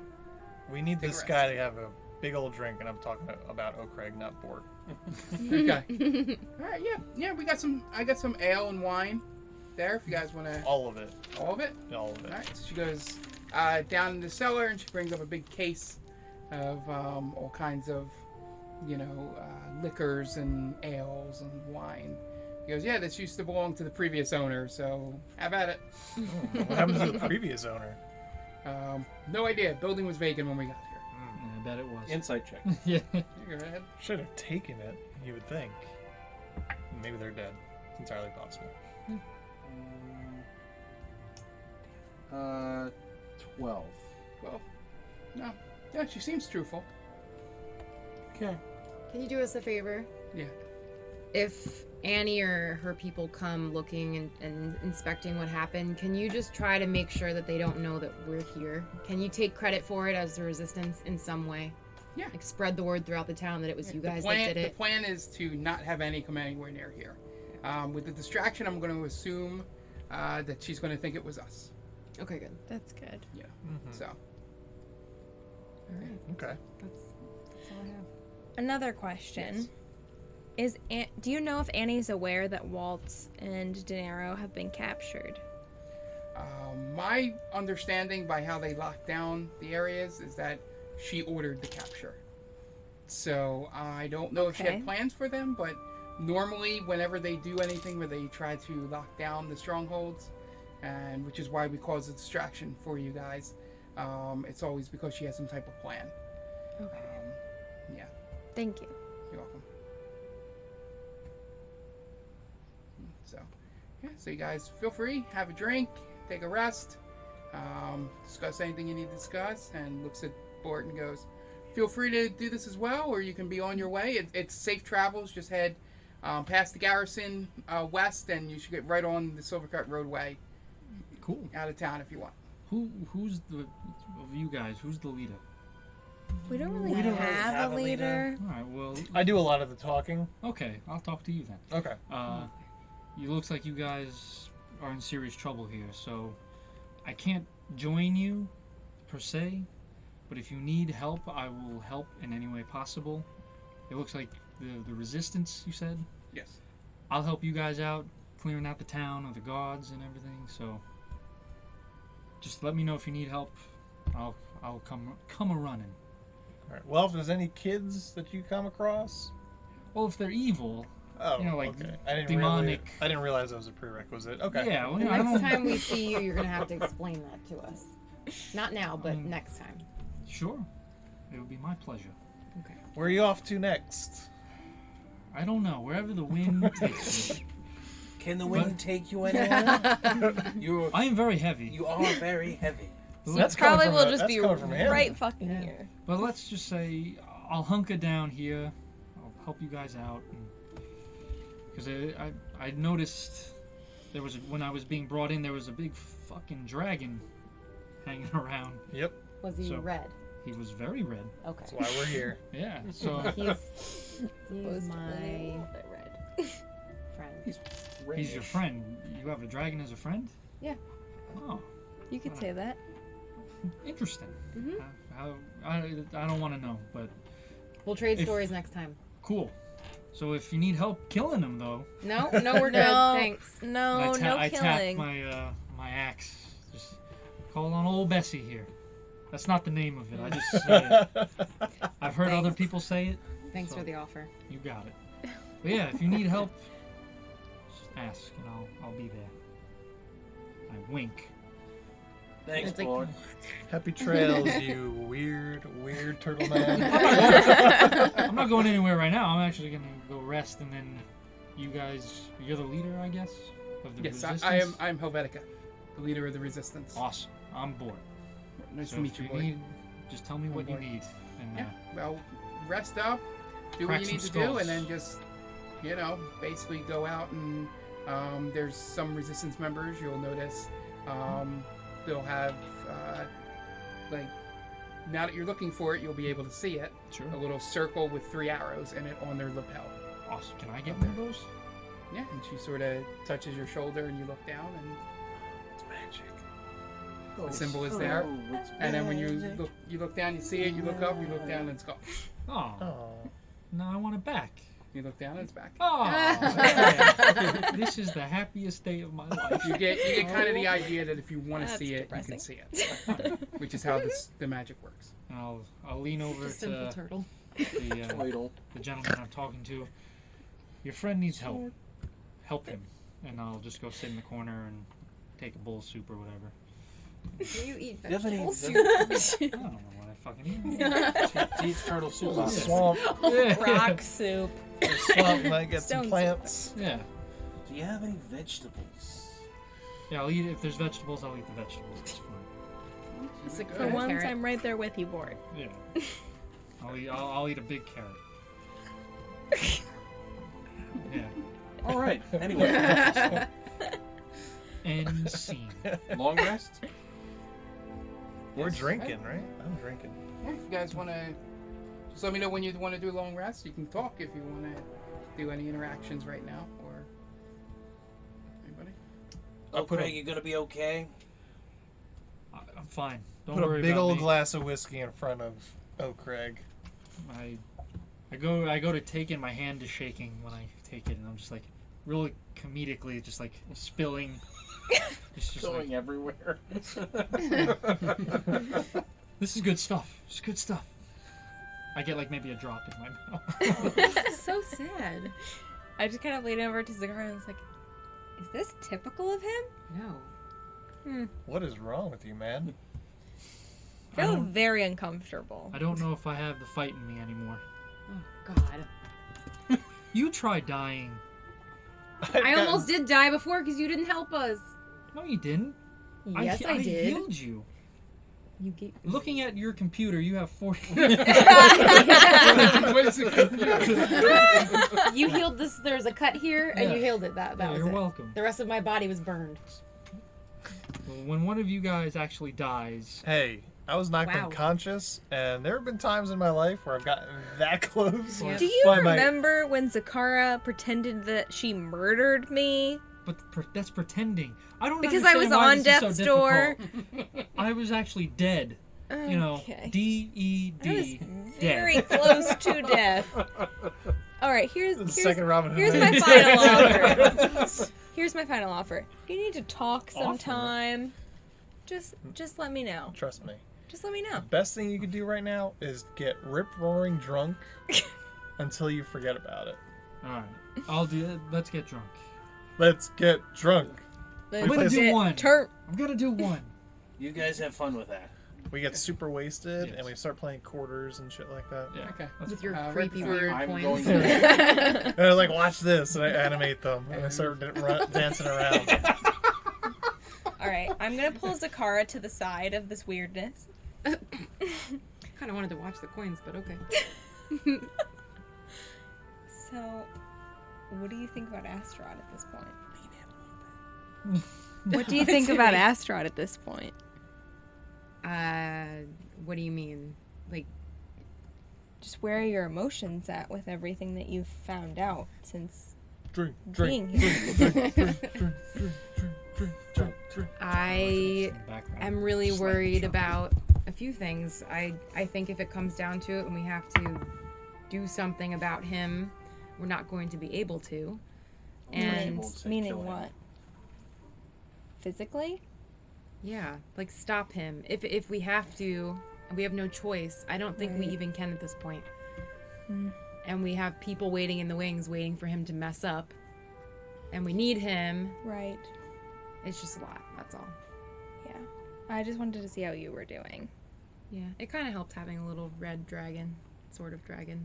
Speaker 4: We need
Speaker 1: Take a
Speaker 4: this
Speaker 1: rest.
Speaker 4: guy to have a big old drink, and I'm talking about O'Craig, not Bork.
Speaker 6: Uh,
Speaker 1: Okay. All right. Yeah. Yeah. We got some. I got some ale and wine there if you guys want to.
Speaker 4: All of it.
Speaker 1: All of it.
Speaker 4: All of it.
Speaker 1: All right. So she goes uh, down in the cellar and she brings up a big case of um, all kinds of, you know, uh, liquors and ales and wine. He goes, yeah, this used to belong to the previous owner, so have at it.
Speaker 4: Hmm, What happened to the previous owner?
Speaker 1: Um, no idea. Building was vacant when we got here.
Speaker 5: I bet it was.
Speaker 3: Insight check.
Speaker 5: yeah.
Speaker 1: You go ahead.
Speaker 4: Should have taken it, you would think. Maybe they're dead. It's entirely possible.
Speaker 3: Uh, twelve.
Speaker 1: Well, no. Yeah, she seems truthful.
Speaker 3: Okay.
Speaker 6: Can you do us a favor?
Speaker 1: Yeah.
Speaker 6: If Annie or her people come looking and, and inspecting what happened, can you just try to make sure that they don't know that we're here? Can you take credit for it as the resistance in some way?
Speaker 1: Yeah.
Speaker 6: Like spread the word throughout the town that it was you guys
Speaker 1: the plan,
Speaker 6: that did
Speaker 1: The
Speaker 6: it.
Speaker 1: plan is to not have any come anywhere near here. Um, with the distraction, I'm going to assume uh, that she's going to think it was us.
Speaker 6: Okay, good.
Speaker 7: That's good.
Speaker 4: Mhm.
Speaker 1: So,
Speaker 6: All right.
Speaker 4: Okay.
Speaker 6: That's, that's all I have.
Speaker 7: Another question. Is An- do you know if Annie's aware that Waltz and De Niro have been captured?
Speaker 1: Uh, my understanding by how they locked down the areas is that she ordered the capture. So I don't know if she
Speaker 7: Okay.
Speaker 1: had plans for them, but normally whenever they do anything where they try to lock down the strongholds, and which is why we cause a distraction for you guys, um, it's always because she has some type of plan.
Speaker 7: Okay.
Speaker 1: Um,
Speaker 7: Thank you.
Speaker 1: you're welcome. So, yeah, so you guys feel free, have a drink, take a rest, um, discuss anything you need to discuss, and looks at Bort and goes, Feel free to do this as well, or you can be on your way. It, it's safe travels, just head um, past the garrison uh, west, and you should get right on the Silvercut Roadway
Speaker 5: Cool.
Speaker 1: out of town if you want.
Speaker 5: Who who's the of you guys? Who's the leader?
Speaker 7: We don't really
Speaker 4: We don't really
Speaker 7: have,
Speaker 4: have
Speaker 7: a
Speaker 4: a
Speaker 7: leader.
Speaker 4: leader.
Speaker 5: All right. Well,
Speaker 4: I do a lot of the talking.
Speaker 5: okay. I'll talk to you then.
Speaker 4: Okay.
Speaker 5: Uh, you looks like you guys are in serious trouble here, so I can't join you per se. But if you need help, I will help in any way possible. It looks like the the resistance you said.
Speaker 1: Yes.
Speaker 5: I'll help you guys out clearing out the town of the guards and everything. So just let me know if you need help. I'll I'll come come a running.
Speaker 4: All right. Well, if there's any kids that you come across,
Speaker 5: Well, if they're evil,
Speaker 4: oh,
Speaker 5: You know, like,
Speaker 4: okay. I didn't
Speaker 5: demonic-
Speaker 4: Realize, I didn't realize that was a prerequisite. Okay.
Speaker 5: yeah. Well,
Speaker 6: The
Speaker 5: I
Speaker 6: next
Speaker 5: don't,
Speaker 6: time we see you, you're gonna have to explain that to us. Not now, but
Speaker 5: Mm.
Speaker 6: next time.
Speaker 5: sure, it would be my pleasure.
Speaker 4: Where are you off to next?
Speaker 5: I don't know wherever the wind takes me.
Speaker 3: Can the
Speaker 5: wind
Speaker 3: wind take you anywhere? you
Speaker 5: I am very heavy.
Speaker 3: you are very heavy.
Speaker 5: Well,
Speaker 7: That's
Speaker 5: let's-
Speaker 4: coming
Speaker 7: probably
Speaker 4: from
Speaker 7: will
Speaker 4: a-
Speaker 7: just
Speaker 4: that's
Speaker 7: be
Speaker 4: coming from him.
Speaker 7: right fucking
Speaker 6: Yeah.
Speaker 7: here.
Speaker 5: but let's just say I'll hunker down here. I'll help you guys out because I, I I noticed there was a, when I was being brought in there was a big fucking dragon hanging around.
Speaker 4: Yep.
Speaker 6: Was he
Speaker 5: So-
Speaker 6: red?
Speaker 5: He was very red.
Speaker 6: Okay.
Speaker 4: That's why we're here.
Speaker 5: Yeah. So
Speaker 6: He's,
Speaker 7: Oh
Speaker 6: he's my friend.
Speaker 5: he's your friend. You have a dragon as a friend?
Speaker 6: Yeah.
Speaker 5: Oh,
Speaker 7: You could say that.
Speaker 5: interesting.
Speaker 6: Mhm.
Speaker 5: How, how- I, I don't want to know, but
Speaker 6: We'll trade
Speaker 5: If-
Speaker 6: stories next time.
Speaker 5: cool. So if you need help killing him though,
Speaker 6: No, no, we're good.
Speaker 7: No.
Speaker 6: Thanks.
Speaker 5: and
Speaker 7: No,
Speaker 5: I, ta-
Speaker 7: no
Speaker 5: I
Speaker 7: killing.
Speaker 5: tap my uh, my axe. Just call on old Bessie here. That's not the name of it. I just said it. I've heard other
Speaker 6: Thanks.
Speaker 5: people say it.
Speaker 6: Thanks
Speaker 5: So-
Speaker 6: for the offer.
Speaker 5: You got it. But yeah, if you need help, just ask and I'll I'll be there. I wink.
Speaker 3: Thanks,
Speaker 6: It's like-
Speaker 3: Lord.
Speaker 4: Happy trails, you weird, weird turtle man.
Speaker 5: I'm not going anywhere right now. I'm actually gonna go rest, and then you guys, you're the leader, I guess, of the
Speaker 1: Yes, I,
Speaker 5: resistance.
Speaker 1: I am I'm Helvetica, the leader of the resistance.
Speaker 5: awesome. I'm bored.
Speaker 1: Nice
Speaker 5: So
Speaker 1: to
Speaker 5: if
Speaker 1: meet you, boy.
Speaker 5: Need, just tell me what you
Speaker 1: boy.
Speaker 5: need, and uh,
Speaker 1: Yeah. Well, rest up, do what
Speaker 5: Crack
Speaker 1: you
Speaker 5: some
Speaker 1: need to do,
Speaker 5: skulls.
Speaker 1: and then just, you know, basically go out and um, there's some resistance members you'll notice. Um, they'll have, uh, like, now that you're looking for it, you'll be able to see it.
Speaker 5: sure.
Speaker 1: A little circle with three arrows in it on their lapel.
Speaker 5: Awesome. Can I get
Speaker 1: Oh.
Speaker 5: one of those?
Speaker 1: Yeah, and she sort of touches your shoulder, and you look down, and
Speaker 4: It's magic.
Speaker 3: Oh,
Speaker 1: the symbol is there. And then when you look, you look down, you see it. You look up, you look down, and it's gone.
Speaker 5: Oh,
Speaker 4: Oh.
Speaker 5: no, I want it back.
Speaker 1: You look down, and it's back.
Speaker 5: Oh, man. this is the happiest day of my life.
Speaker 1: You get you get kind of the idea that if you want to
Speaker 7: That's
Speaker 1: see it, you
Speaker 7: depressing.
Speaker 1: can see it, which is how this, the magic works.
Speaker 5: And I'll, I'll lean over
Speaker 6: Just a simple
Speaker 5: to
Speaker 6: turtle.
Speaker 5: the, uh, the gentleman I'm talking to. Your friend needs help. Help him. And I'll just go sit in the corner and take a bowl of soup or whatever.
Speaker 6: Do you eat
Speaker 3: Do you have any-
Speaker 6: vegetables?
Speaker 3: do you-
Speaker 5: I don't know what I fucking eat.
Speaker 3: do you eat turtle soup?
Speaker 4: A swamp.
Speaker 5: Yeah.
Speaker 7: Rock soup.
Speaker 4: A swamp might get
Speaker 7: Stones.
Speaker 4: some plants.
Speaker 5: Yeah.
Speaker 3: Do you have any vegetables?
Speaker 5: Yeah, I'll eat it. If there's vegetables, I'll eat the vegetables. It's fine.
Speaker 6: Just
Speaker 1: Very
Speaker 6: a
Speaker 1: good.
Speaker 7: For
Speaker 6: Or
Speaker 7: once,
Speaker 6: carrot.
Speaker 7: I'm right there with you, Board.
Speaker 5: Yeah. I'll eat, I'll, I'll eat a big carrot. Yeah.
Speaker 3: All right. Anyway,
Speaker 5: End scene.
Speaker 3: long rest.
Speaker 4: We're drinking, right? I'm drinking.
Speaker 1: Yeah, if you guys want to, just let me know when you want to do a long rest. You can talk if you want to do any interactions right now or anybody.
Speaker 4: I'll
Speaker 3: Oh,
Speaker 4: put a-
Speaker 3: Craig, you gonna be okay?
Speaker 5: I- I'm fine. Don't
Speaker 4: Put
Speaker 5: worry
Speaker 4: a big
Speaker 5: about
Speaker 4: old
Speaker 5: me.
Speaker 4: glass of whiskey in front of Oh Craig.
Speaker 5: I I go I go to take it, my hand is shaking when I take it, and I'm just like, really comedically, just like spilling. It's just like,
Speaker 3: Going everywhere.
Speaker 5: this is good stuff. It's good stuff. I get like maybe a drop in my mouth.
Speaker 6: so sad.
Speaker 7: I just kind of lean over to Zakar and was like, "Is this typical of him?
Speaker 6: No.
Speaker 4: What is wrong with you, man?
Speaker 5: I
Speaker 7: I feel
Speaker 5: don't,
Speaker 7: very uncomfortable."
Speaker 5: I don't know if I have the fight in me anymore.
Speaker 6: Oh God.
Speaker 5: You try dying.
Speaker 6: I almost did die before because you didn't help us.
Speaker 5: No, you didn't.
Speaker 6: Yes, I, did.
Speaker 5: healed you.
Speaker 6: You get.
Speaker 5: Looking at your computer, you have forty.
Speaker 1: what is it confused?
Speaker 6: you healed this. There's a cut here, and you
Speaker 5: Yeah.
Speaker 6: healed it. That that
Speaker 5: Yeah,
Speaker 6: was
Speaker 5: you're
Speaker 6: it.
Speaker 5: welcome.
Speaker 6: The rest of my body was burned.
Speaker 5: When one of you guys actually dies,
Speaker 4: Hey, I was knocked
Speaker 6: Wow.
Speaker 4: unconscious, and there have been times in my life where I've gotten that close.
Speaker 5: Yeah.
Speaker 7: Do you
Speaker 4: Why am I-
Speaker 7: remember when Zakara pretended that she murdered me?
Speaker 5: but pre- that's pretending. I don't
Speaker 7: Because I
Speaker 5: understand
Speaker 7: was
Speaker 5: why
Speaker 7: on
Speaker 5: this is so
Speaker 7: death's door.
Speaker 5: difficult. I was actually dead. You know,
Speaker 7: Okay.
Speaker 5: D E
Speaker 7: I was
Speaker 5: D.
Speaker 7: very close to death. All right, here's
Speaker 4: The
Speaker 7: here's,
Speaker 4: second Robin Hood.
Speaker 7: here's my
Speaker 4: movie.
Speaker 7: final offer. here's my final offer. If you need to talk
Speaker 4: Offer?
Speaker 7: sometime, just just let me know.
Speaker 4: Trust me.
Speaker 7: Just let me
Speaker 4: The
Speaker 7: know.
Speaker 4: best thing you could do right now is get rip roaring drunk until you forget about it.
Speaker 5: All right, I'll do. it. Let's get drunk.
Speaker 4: Let's get drunk.
Speaker 5: I'm gonna
Speaker 4: Let's
Speaker 5: do one.
Speaker 7: Turn.
Speaker 5: I'm gonna do one.
Speaker 3: you guys have fun with that.
Speaker 4: We get super wasted
Speaker 5: Yes.
Speaker 4: and we start playing quarters and shit like that.
Speaker 5: Yeah.
Speaker 1: Okay.
Speaker 5: That's
Speaker 6: With your
Speaker 1: Uh, right
Speaker 6: creepy
Speaker 1: before
Speaker 6: weird
Speaker 3: I'm
Speaker 6: coins.
Speaker 3: going
Speaker 4: And I was like, watch this, and I animate them, and I start dan- ru- dancing around.
Speaker 7: All right, I'm gonna pull Zakara to the side of this weirdness.
Speaker 2: kind of wanted to watch the coins, but okay.
Speaker 7: So, what do you think about Astrod at this point?
Speaker 6: what
Speaker 7: What do you think about Astrod at this point?
Speaker 6: Uh, what do you mean?
Speaker 7: Just where are your emotions at with everything that you've found out since
Speaker 4: Drink, drink,
Speaker 7: being here?
Speaker 4: drink, drink, drink, drink, drink, drink, drink, drink.
Speaker 6: I
Speaker 5: In the background.
Speaker 6: am really
Speaker 5: Just like
Speaker 6: worried
Speaker 5: drunk.
Speaker 6: about a few things. I I think if it comes down to it, and we have to do something about him, we're not going to be able to. And
Speaker 3: Won't say
Speaker 7: Meaning
Speaker 3: kill him.
Speaker 7: what? Physically?
Speaker 6: Yeah, like stop him. If if we have to, we have no choice. I don't think we
Speaker 7: Right.
Speaker 6: even can at this point.
Speaker 7: Mm.
Speaker 6: And we have people waiting in the wings, waiting for him to mess up. And we need him.
Speaker 7: Right.
Speaker 6: It's just a lot. That's all.
Speaker 7: I just wanted to see how you were doing.
Speaker 6: Yeah, it kind of helped having a little red dragon, sort of dragon,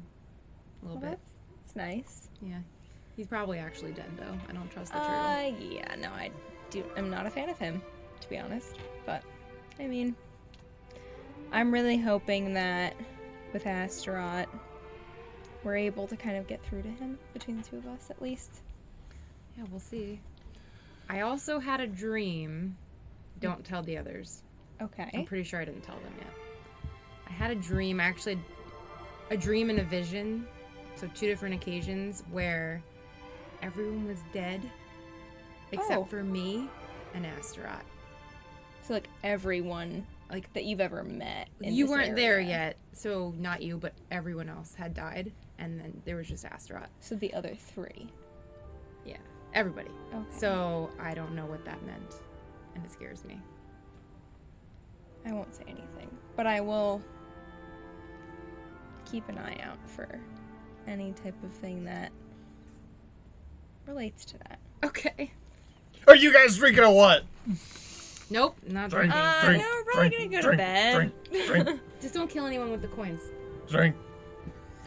Speaker 6: a little
Speaker 7: Well,
Speaker 6: bit.
Speaker 7: that's, that's nice.
Speaker 6: Yeah, he's probably actually dead though. I don't trust the turtle.
Speaker 7: Uh, yeah, no, I do. I'm not a fan of him, to be honest. But I mean, I'm really hoping that with Astaroth, we're able to kind of get through to him between the two of us, at least.
Speaker 6: Yeah, we'll see. I also had a dream. Don't tell the others. I'm
Speaker 7: Okay.
Speaker 6: pretty sure I didn't tell them yet. I had a dream, actually, a dream and a vision, so two different occasions where everyone was dead except
Speaker 7: Oh.
Speaker 6: for me and Astaroth.
Speaker 7: So like everyone like that you've ever met. in
Speaker 6: You
Speaker 7: this
Speaker 6: weren't there
Speaker 7: area.
Speaker 6: yet, so not you, but everyone else had died, and then there was just Astaroth.
Speaker 7: So the other three.
Speaker 6: Everybody.
Speaker 7: Okay.
Speaker 6: So I don't know what that meant, and it scares me.
Speaker 7: I won't say anything, but I will keep an eye out for any type of thing that relates to that.
Speaker 6: Okay.
Speaker 4: Are you guys drinking or what?
Speaker 6: Nope, not
Speaker 4: Drink,
Speaker 6: drinking.
Speaker 7: Uh,
Speaker 4: drink,
Speaker 7: no, we're probably
Speaker 4: drink,
Speaker 7: gonna go to
Speaker 4: drink,
Speaker 7: bed.
Speaker 4: Drink, drink,
Speaker 6: Just don't kill anyone with the coins.
Speaker 4: drink.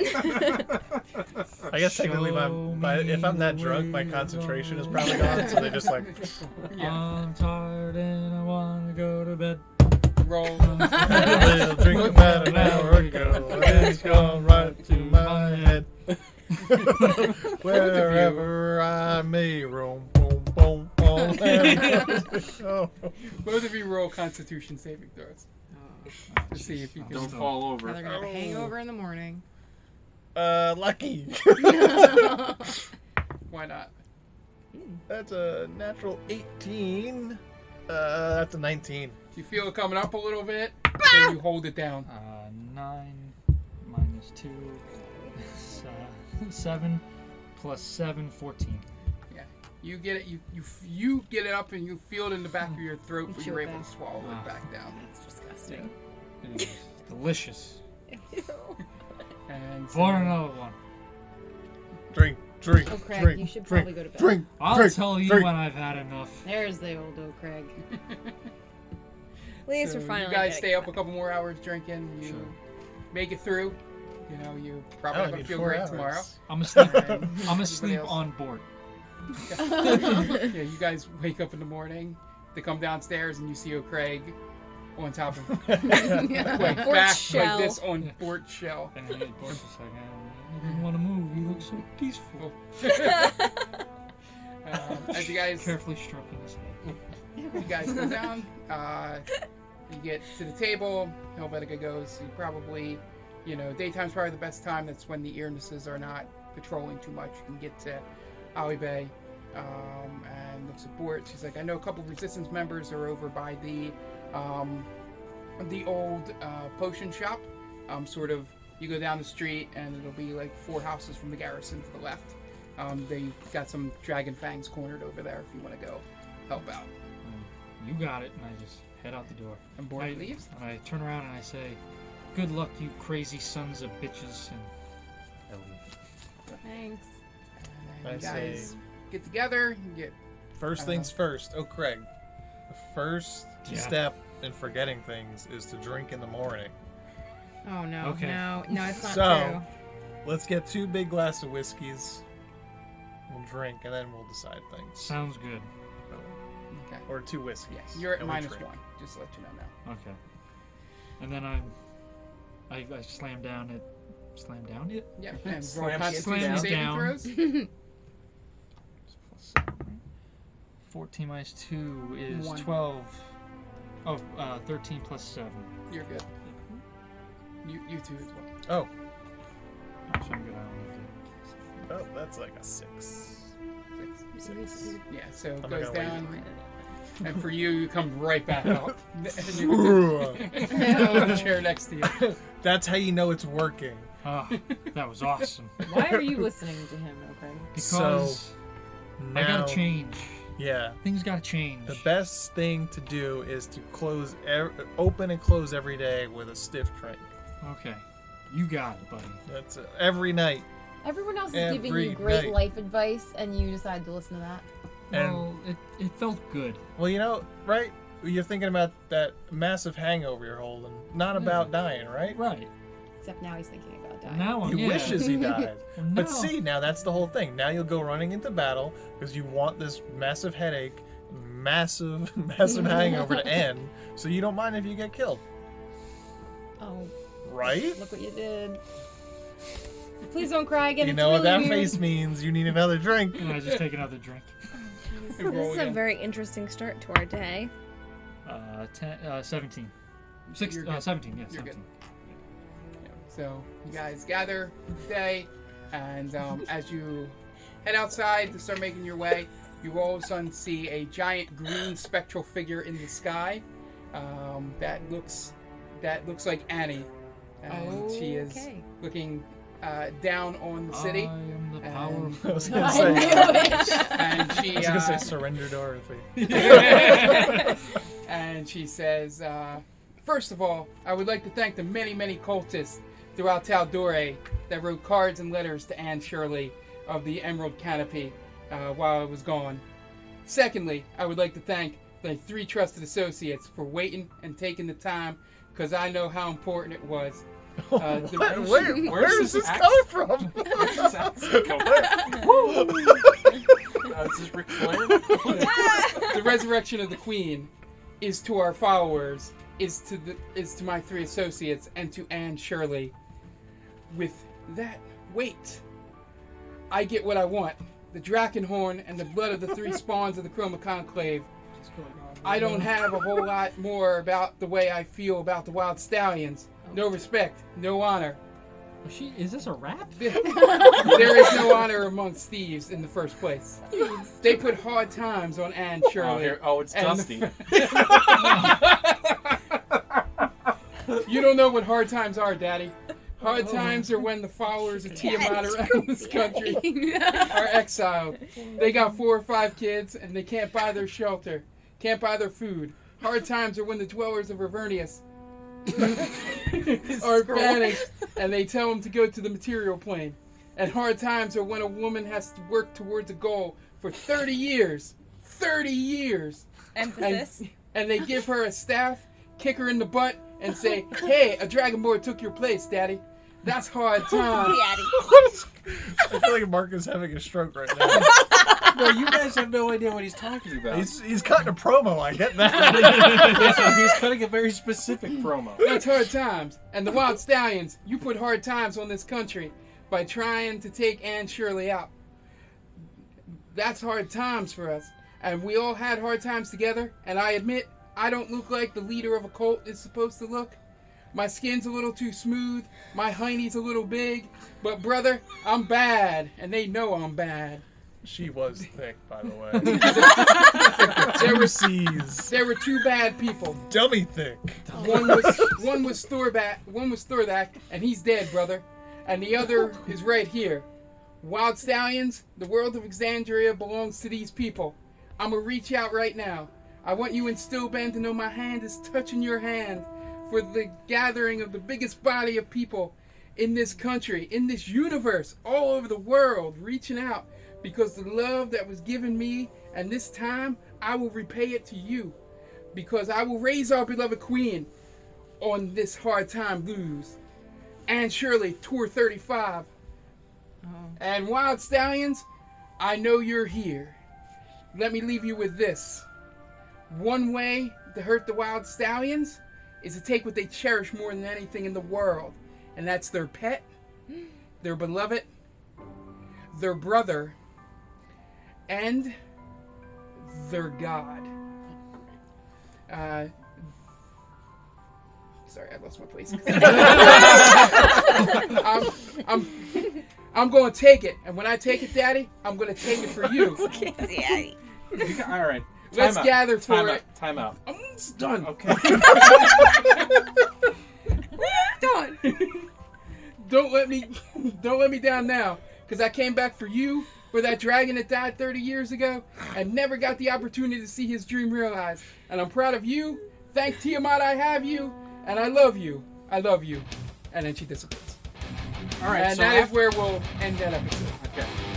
Speaker 4: I guess technically, my,
Speaker 5: Show
Speaker 4: my if I'm not
Speaker 5: me
Speaker 4: drunk, my
Speaker 5: the
Speaker 4: concentration is
Speaker 5: way.
Speaker 4: probably gone. So they just like
Speaker 1: yeah.
Speaker 5: I'm tired and I wanna go to bed.
Speaker 1: Roll.
Speaker 4: "Well, drink about an hour ago, it's gone right to my head. Wherever I may roam, boom, boom, boom. Oh.
Speaker 1: Both of you roll Constitution saving throws to see if you can.
Speaker 3: Don't fall
Speaker 6: Now they're
Speaker 3: over.
Speaker 6: gonna have a hangover in the morning.
Speaker 4: Uh, lucky.
Speaker 1: Why not?
Speaker 4: that's a natural 18. Uh, that's a 19.
Speaker 1: You feel it coming up a little
Speaker 4: Uh,
Speaker 1: bit, then you hold it down.
Speaker 5: Uh, nine minus two. That's uh, 7 plus 7, 14.
Speaker 1: You get it. You you f- you get it up and you feel it in the back of your throat,
Speaker 6: You
Speaker 1: but
Speaker 6: chew
Speaker 1: you're
Speaker 6: it
Speaker 1: able
Speaker 6: back.
Speaker 1: to swallow
Speaker 5: Ah.
Speaker 1: it back down.
Speaker 6: That's disgusting.
Speaker 5: It is delicious.
Speaker 1: And
Speaker 5: For
Speaker 1: so-
Speaker 5: another one.
Speaker 4: Drink, drink,
Speaker 6: Oh, Craig,
Speaker 4: drink,
Speaker 6: you should
Speaker 4: drink,
Speaker 6: probably go to bed.
Speaker 4: drink.
Speaker 5: I'll
Speaker 4: Drink,
Speaker 5: tell you
Speaker 4: drink.
Speaker 5: when I've had enough.
Speaker 6: There's the old old Craig.
Speaker 7: At least
Speaker 1: So
Speaker 7: we're finally.
Speaker 1: You guys
Speaker 7: getting
Speaker 1: stay up a
Speaker 7: back.
Speaker 1: couple more hours drinking. You
Speaker 5: Sure.
Speaker 1: make it through. You know, you probably
Speaker 4: Oh, I
Speaker 1: not
Speaker 4: only
Speaker 1: gonna
Speaker 4: need
Speaker 1: feel
Speaker 4: four
Speaker 1: great
Speaker 4: hours.
Speaker 1: tomorrow.
Speaker 5: I'm asleep.
Speaker 1: And-
Speaker 5: I'm
Speaker 1: Everybody
Speaker 5: asleep
Speaker 1: else-
Speaker 5: on board.
Speaker 1: yeah, you guys wake up in the morning. They come downstairs and you see O'Craig on top of like,
Speaker 7: Fort
Speaker 1: back
Speaker 7: Shell.
Speaker 1: like this on
Speaker 5: Yeah.
Speaker 1: Fort Shell.
Speaker 5: And then Boris is like, I don't want to move. You look so peaceful.
Speaker 1: Um, as you guys
Speaker 5: Carefully stroking his head.
Speaker 1: you guys go down, uh, you get to the table. Helvetica goes. You probably, you know, daytime's probably the best time. That's when the earnesses are not patrolling too much. You can get to Aoi Bay um, and looks at Bort. She's like, I know a couple of resistance members are over by the um, the old uh, potion shop. Um, sort of, you go down the street and it'll be like four houses from the garrison to the left. Um, they got some dragon fangs cornered over there. If you want to go help out,
Speaker 5: Um, You got it. And I just head out the door.
Speaker 1: and Bort
Speaker 5: I,
Speaker 1: leaves.
Speaker 5: and I turn around and I say, good luck, you crazy sons of bitches. And I
Speaker 1: Oh.
Speaker 5: leave.
Speaker 6: Thanks.
Speaker 1: And
Speaker 4: I
Speaker 1: you
Speaker 4: say-
Speaker 1: guys get together and get
Speaker 4: First things first. Oh, Craig. The first
Speaker 5: Yeah.
Speaker 4: step in forgetting things is to drink in the morning.
Speaker 6: Oh no.
Speaker 5: Okay.
Speaker 6: No, no, it's not
Speaker 4: So-
Speaker 6: true.
Speaker 4: Let's get two big glass of whiskeys. We'll drink and then we'll decide things.
Speaker 5: Sounds good.
Speaker 1: okay.
Speaker 4: Or two whiskeys.
Speaker 1: Yeah, you're at
Speaker 4: and we
Speaker 1: minus
Speaker 4: drink.
Speaker 1: one. Just to let you know now.
Speaker 5: Okay. And then I'm, I, I slam down it. Slam down it?
Speaker 1: Yep. And
Speaker 4: Slam
Speaker 1: roll constitution
Speaker 5: slam
Speaker 1: saving
Speaker 5: down.
Speaker 1: throws.
Speaker 5: 14 minus 2 is
Speaker 1: One.
Speaker 5: 12. Oh, uh, 13 plus 7.
Speaker 1: You're good. You you two as well.
Speaker 4: Oh,
Speaker 5: Actually, I'm good. I don't need to.
Speaker 4: oh, that's like a six.
Speaker 1: Six.
Speaker 4: Six.
Speaker 1: Yeah. So it
Speaker 4: I'm
Speaker 1: goes
Speaker 4: not gonna
Speaker 1: down, and for you, you come right back up. and you
Speaker 4: Ooh.
Speaker 1: over the chair next to you.
Speaker 4: that's how you know it's working.
Speaker 5: Ah, that was awesome.
Speaker 6: Why are you listening to him, okay?
Speaker 5: Because I
Speaker 4: Now-
Speaker 5: gotta change.
Speaker 4: Yeah.
Speaker 5: Things gotta change.
Speaker 4: The best thing to do is to close, ev- open and close every day with a stiff drink.
Speaker 5: Okay. You got it, buddy.
Speaker 4: That's it. every night.
Speaker 6: Everyone else is giving
Speaker 4: Every
Speaker 6: you great
Speaker 4: night.
Speaker 6: life advice, and you decide to listen to that.
Speaker 4: And-
Speaker 5: well, it, it felt good.
Speaker 4: Well, you know, right? You're thinking about that massive hangover you're holding, not about dying, right?
Speaker 5: Right.
Speaker 6: Except now he's thinking about dying.
Speaker 5: Now I'm
Speaker 4: He
Speaker 5: yeah.
Speaker 4: wishes he died.
Speaker 5: Well, now,
Speaker 4: But see, now that's the whole thing. Now you'll go running into battle because you want this massive headache, massive, massive hangover to end, so you don't mind if you get killed,
Speaker 6: Oh,
Speaker 4: right?
Speaker 6: look what you did. Please don't cry again.
Speaker 4: You
Speaker 6: it's
Speaker 4: know what
Speaker 6: really
Speaker 4: that
Speaker 6: weird.
Speaker 4: face means. You need another drink.
Speaker 5: And I just take another drink.
Speaker 1: And roll
Speaker 7: This is a
Speaker 1: again.
Speaker 7: very interesting start to our day.
Speaker 5: Uh, ten, uh 17. Six,
Speaker 1: You're
Speaker 5: uh,
Speaker 1: good.
Speaker 5: 17, yeah,
Speaker 1: You're
Speaker 5: 17.
Speaker 1: good. So you guys gather today, and um, as you head outside to start making your way, you all of a sudden see a giant green spectral figure in the sky. Um, that looks that looks like Annie, and she is
Speaker 6: Okay.
Speaker 1: looking uh, down on the city,
Speaker 5: I
Speaker 4: Uh,
Speaker 5: am the power
Speaker 1: and,
Speaker 5: of...
Speaker 4: I was gonna
Speaker 6: I
Speaker 4: say,
Speaker 6: knew
Speaker 1: and
Speaker 6: it.
Speaker 1: she
Speaker 4: I was gonna say
Speaker 1: uh,
Speaker 4: surrender Dorothy.
Speaker 1: and she says, uh, First of all, I would like to thank the many, many cultists throughout Taldore that wrote cards and letters to Anne Shirley of the Emerald Canopy uh, while I was gone. Secondly, I would like to thank the three trusted associates for waiting and taking the time because I know how important it was. Uh, the-
Speaker 4: What? Where, where is this coming from?
Speaker 3: Uh, this is Ric Flair. Oh,
Speaker 1: the resurrection of the queen is to our followers is to the is to my three associates and to anne shirley with that weight i get what i want the drakenhorn and the blood of the three spawns of the chroma conclave i don't have a whole lot more about the way i feel about the wild stallions no respect no honor
Speaker 5: Is she, is this a rap?
Speaker 1: there is no honor amongst thieves in the first place they put hard times on anne shirley
Speaker 3: Oh, here, oh, it's
Speaker 1: And-
Speaker 3: Dusty.
Speaker 1: you don't know what hard times are, Daddy. Hard times are when the followers of
Speaker 7: Yeah,
Speaker 1: Tiamat
Speaker 7: it's
Speaker 1: around this country
Speaker 6: That's
Speaker 1: are exiled. They got four or five kids and they can't buy their shelter, can't buy their food. Hard times are when the dwellers of Avernius are
Speaker 6: Scroll.
Speaker 1: banished and they tell them to go to the material plane. And hard times are when a woman has to work towards a goal for 30 years. 30 years!
Speaker 7: Emphasis.
Speaker 1: and they give her a staff, kick her in the butt, and say, "Hey, a dragonborn took your place, Daddy." That's hard time.
Speaker 7: Daddy.
Speaker 4: I feel like Mark is having a stroke right now.
Speaker 3: No, you guys have no idea what he's talking about.
Speaker 4: He's, he's cutting a promo. I get that.
Speaker 3: That's right, he's cutting a very specific promo.
Speaker 1: That's hard times. And the Wild Stallions, you put hard times on this country by trying to take Anne Shirley out. That's hard times for us. And we all had hard times together, and I admit, I don't look like the leader of a cult is supposed to look. My skin's a little too smooth, my hiney's a little big, but brother, I'm bad, and they know I'm bad.
Speaker 4: she was thick, by the way.
Speaker 1: There were
Speaker 4: Seas.
Speaker 1: There were two bad people.
Speaker 4: Dummy thick.
Speaker 1: One was one was Thorback, one was Thordak, and he's dead, brother. And the other is right here. Wild Stallions, the world of Exandria belongs to these people. I'ma reach out right now. I want you in Stillben to know my hand is touching your hand for the gathering of the biggest body of people in this country, in this universe, all over the world, reaching out because the love that was given me and this time I will repay it to you because I will raise our beloved queen on this hard time lose. Anne Shirley, tour 35. And Wild Stallions, I know you're here. Let me leave you with this. One way to hurt the Wild Stallions is to take what they cherish more than anything in the world, and that's their pet, their beloved, their brother, and their God. Uh, sorry, I lost my place. I'm, I'm, I'm going to take it, and when I take it, Daddy, I'm going to take it for you.
Speaker 7: Daddy.
Speaker 3: You got- All right. Time
Speaker 1: Let's
Speaker 3: out.
Speaker 1: gather for
Speaker 3: Time
Speaker 1: it.
Speaker 3: out. Time out.
Speaker 1: I'm almost done.
Speaker 3: Okay.
Speaker 6: done.
Speaker 1: Don't let me, don't let me down now, because I came back for you, for that dragon that died 30 years ago, and never got the opportunity to see his dream realized. And I'm proud of you. Thank Tiamat, I have you, and I love you. I love you. And then she disappears.
Speaker 3: All right.
Speaker 1: and
Speaker 3: so
Speaker 1: that is
Speaker 3: after-
Speaker 1: where we'll end that episode.
Speaker 3: Okay.